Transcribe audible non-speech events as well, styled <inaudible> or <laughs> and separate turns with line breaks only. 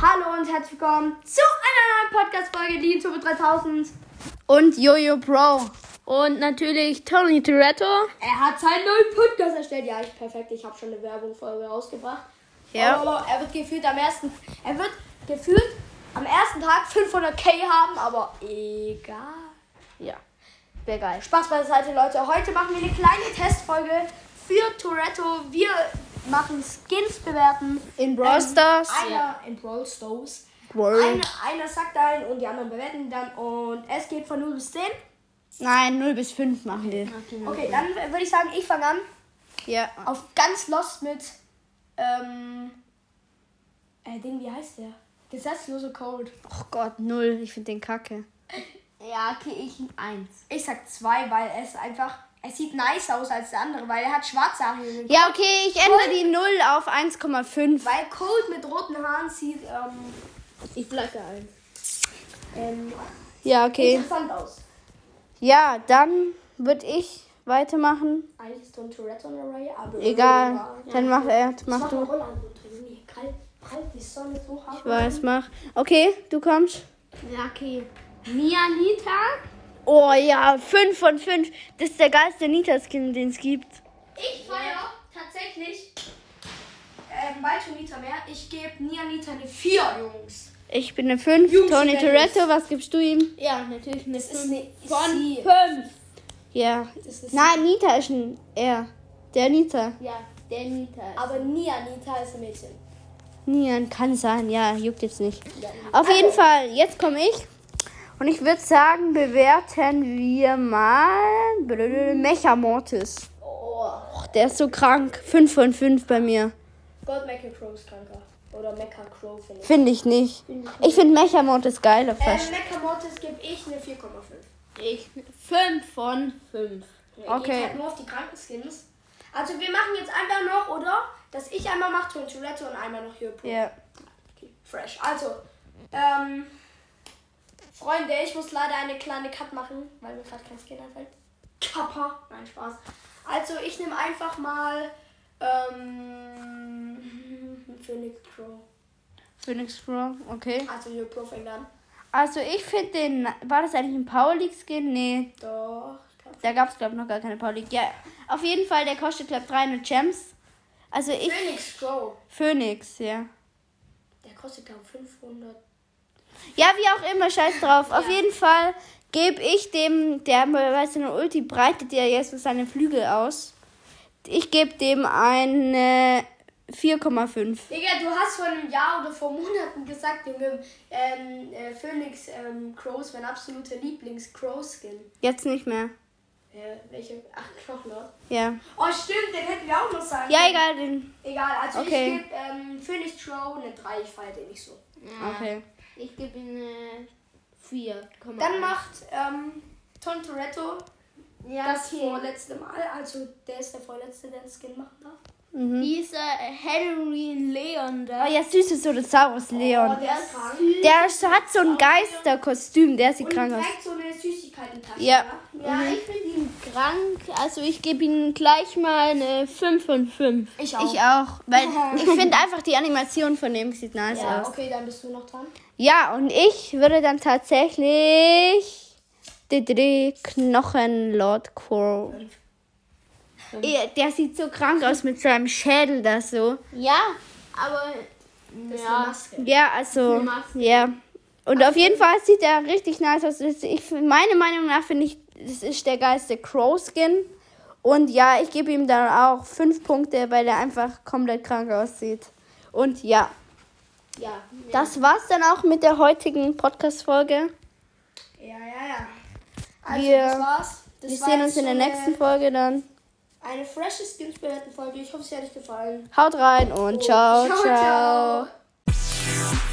Hallo und herzlich willkommen zu einer neuen Podcast-Folge, die YouTube 3000.
Und Jojo Pro. Und natürlich Tony Toretto.
Er hat seinen neuen Podcast erstellt. Ja, ich perfekt. Ich habe schon eine Werbungfolge rausgebracht.
Ja.
Aber er wird gefühlt am ersten, er wird gefühlt am ersten Tag 500k haben, aber egal.
Ja. Wäre geil.
Spaß beiseite, Leute. Heute machen wir eine kleine Testfolge für Toretto. Wir machen Skins bewerten.
In Brawl Stars.
Einer in Brawl Stars.
Brawl.
Einer, einer sagt einen und die anderen bewerten dann. Und es geht von 0 bis 10.
Nein, 0 bis 5 machen wir.
Okay, dann würde ich sagen, ich fange an.
Ja.
Auf ganz lost mit. Ähm. Äh, Ding, wie heißt der? Gesetzlose Cold.
Oh Gott, 0. Ich finde den kacke.
Ja, okay, ich.
Eins.
Ich sag zwei, weil es einfach. Es sieht nice aus als der andere, weil er hat schwarze Haare.
Ja, okay, ich ändere die 0 auf 1,5.
Weil Cold mit roten Haaren sieht ähm,
Ich bleibe ein.
ähm,
Ja, okay.
interessant aus.
Ja, dann würde ich weitermachen.
Eigentlich ist so ein Tourette in der Reihe, aber.
Egal. Dann mach er. Mach du.
Ich kalt, kalt, die Sonne ist so hart.
Ich weiß, mach. Okay, du kommst.
Ja, okay. Mianita?
Oh ja, 5 von 5. Das ist der geilste Nita-Skin, den es gibt.
Ich feiere tatsächlich ähm, bald schon Nita mehr. Ich gebe Nia Nita eine 4, Jungs.
Ich bin eine 5.
Jungs,
Tony
wer
Toretto, was gibst du ihm?
Ja, natürlich mit
Das ist eine
von
Sie.
5.
Ja.
Das ist-
Nein, Nita ist ein R. Der Nita.
Ja, der Nita.
Aber Nia Nita ist ein Mädchen.
Nian kann sein. Ja, juckt jetzt nicht.
Ja.
Auf jeden Fall, jetzt komme ich. Und ich würde sagen, bewerten wir mal blablabla, Mecha Mortis.
Oh,
Och, der ist so krank. 5 von 5 bei mir.
Gold Mecha Crow ist kranker. Oder Mecha Crow, finde ich.
Finde ich nicht. Ich finde Mecha Mortis geiler
Ähm,
fast.
Mecha Mortis gebe ich eine 4,5.
Ich 5 von 5.
Ja, Geht
Okay.
halt nur auf die kranken Skins. Also wir machen jetzt einfach noch, oder? Dass ich einmal mache, Tony Tourette und einmal noch Hero.
Ja.
Fresh. Also, ähm, Freunde, ich muss leider eine kleine Cut machen, weil mir gerade kein Skin einfällt. Kappa. Nein, Spaß. Also, ich nehme einfach mal, ähm, <laughs> Phoenix Pro.
Phoenix Pro, okay.
Also, hier Pro fängt an.
Also ich finde den. War das eigentlich ein Power League Skin? Nee.
Doch. ich glaub-
Da gab es, glaube ich, noch gar keine Power League. Ja, auf jeden Fall, der kostet, glaube ich, 300 Gems. Also ich.
Phoenix Pro.
Phoenix, ja.
Der kostet, glaube ich, 500.
Ja, wie auch immer, scheiß drauf. Auf jeden Fall gebe ich dem, der bei seiner Ulti breitet ja jetzt seine Flügel aus. Ich gebe dem eine 4,5.
Digga, du hast vor einem Jahr oder vor Monaten gesagt, Junge, ähm, äh, Phoenix ähm, Crow ist mein absoluter Lieblings-Crow-Skin.
Jetzt nicht mehr.
Äh, welche? Ach, Knochenlord.
Ja.
Oh, stimmt, den hätten wir auch noch sagen
Ja,
können.
egal, den.
Egal, also
Okay.
ich gebe ähm, Phoenix Crow eine 3, ich feiere den nicht so.
Okay.
Ich gebe ihm 4.
Dann macht ähm, Ton Toretto
ja,
das
okay.
vorletzte Mal, also der ist der vorletzte, der den Skin ne? machen darf.
Mhm.
Dieser Henry Leon
Oh
da.
ja, süßes Dinosaurus
Oh,
Leon.
der ist krank.
Der hat so ein Geisterkostüm, der sieht
Und
krank aus.
trägt so eine Süßigkeitentasche. ne?
Ja. Mhm.
Ja, ich finde ihn krank. Also ich gebe ihm gleich mal eine 5 von 5.
Ich
Ich auch,
<laughs>
weil ich finde einfach die Animation von dem sieht nice
Ja,
aus.
okay, dann bist du noch dran.
Ja, und ich würde dann tatsächlich die drei Knochenlord Crow. Eh, Der sieht so krank aus mit seinem Schädel das so.
Ja, aber
Das ist eine
ja.
Maske.
Ja, also
Maske.
ja. Und auf jeden Fall sieht er richtig nice aus. Das- Ich, meine Meinung nach finde ich, das ist der geilste Crow Skin. Und ja, ich gebe ihm dann auch fünf Punkte, weil er einfach komplett krank aussieht. Und ja,
ja.
das war's dann auch mit der heutigen Podcast-Folge.
Ja, ja, ja. Also,
Wir-
das war's. äh, Das
Wir
war
sehen
jetzt
uns in der
so eine-
nächsten Folge dann.
Eine frische Skins-Bewerten-Folge. Ich hoffe, sie hat euch gefallen.
Haut rein und ciao, ciao.
ciao.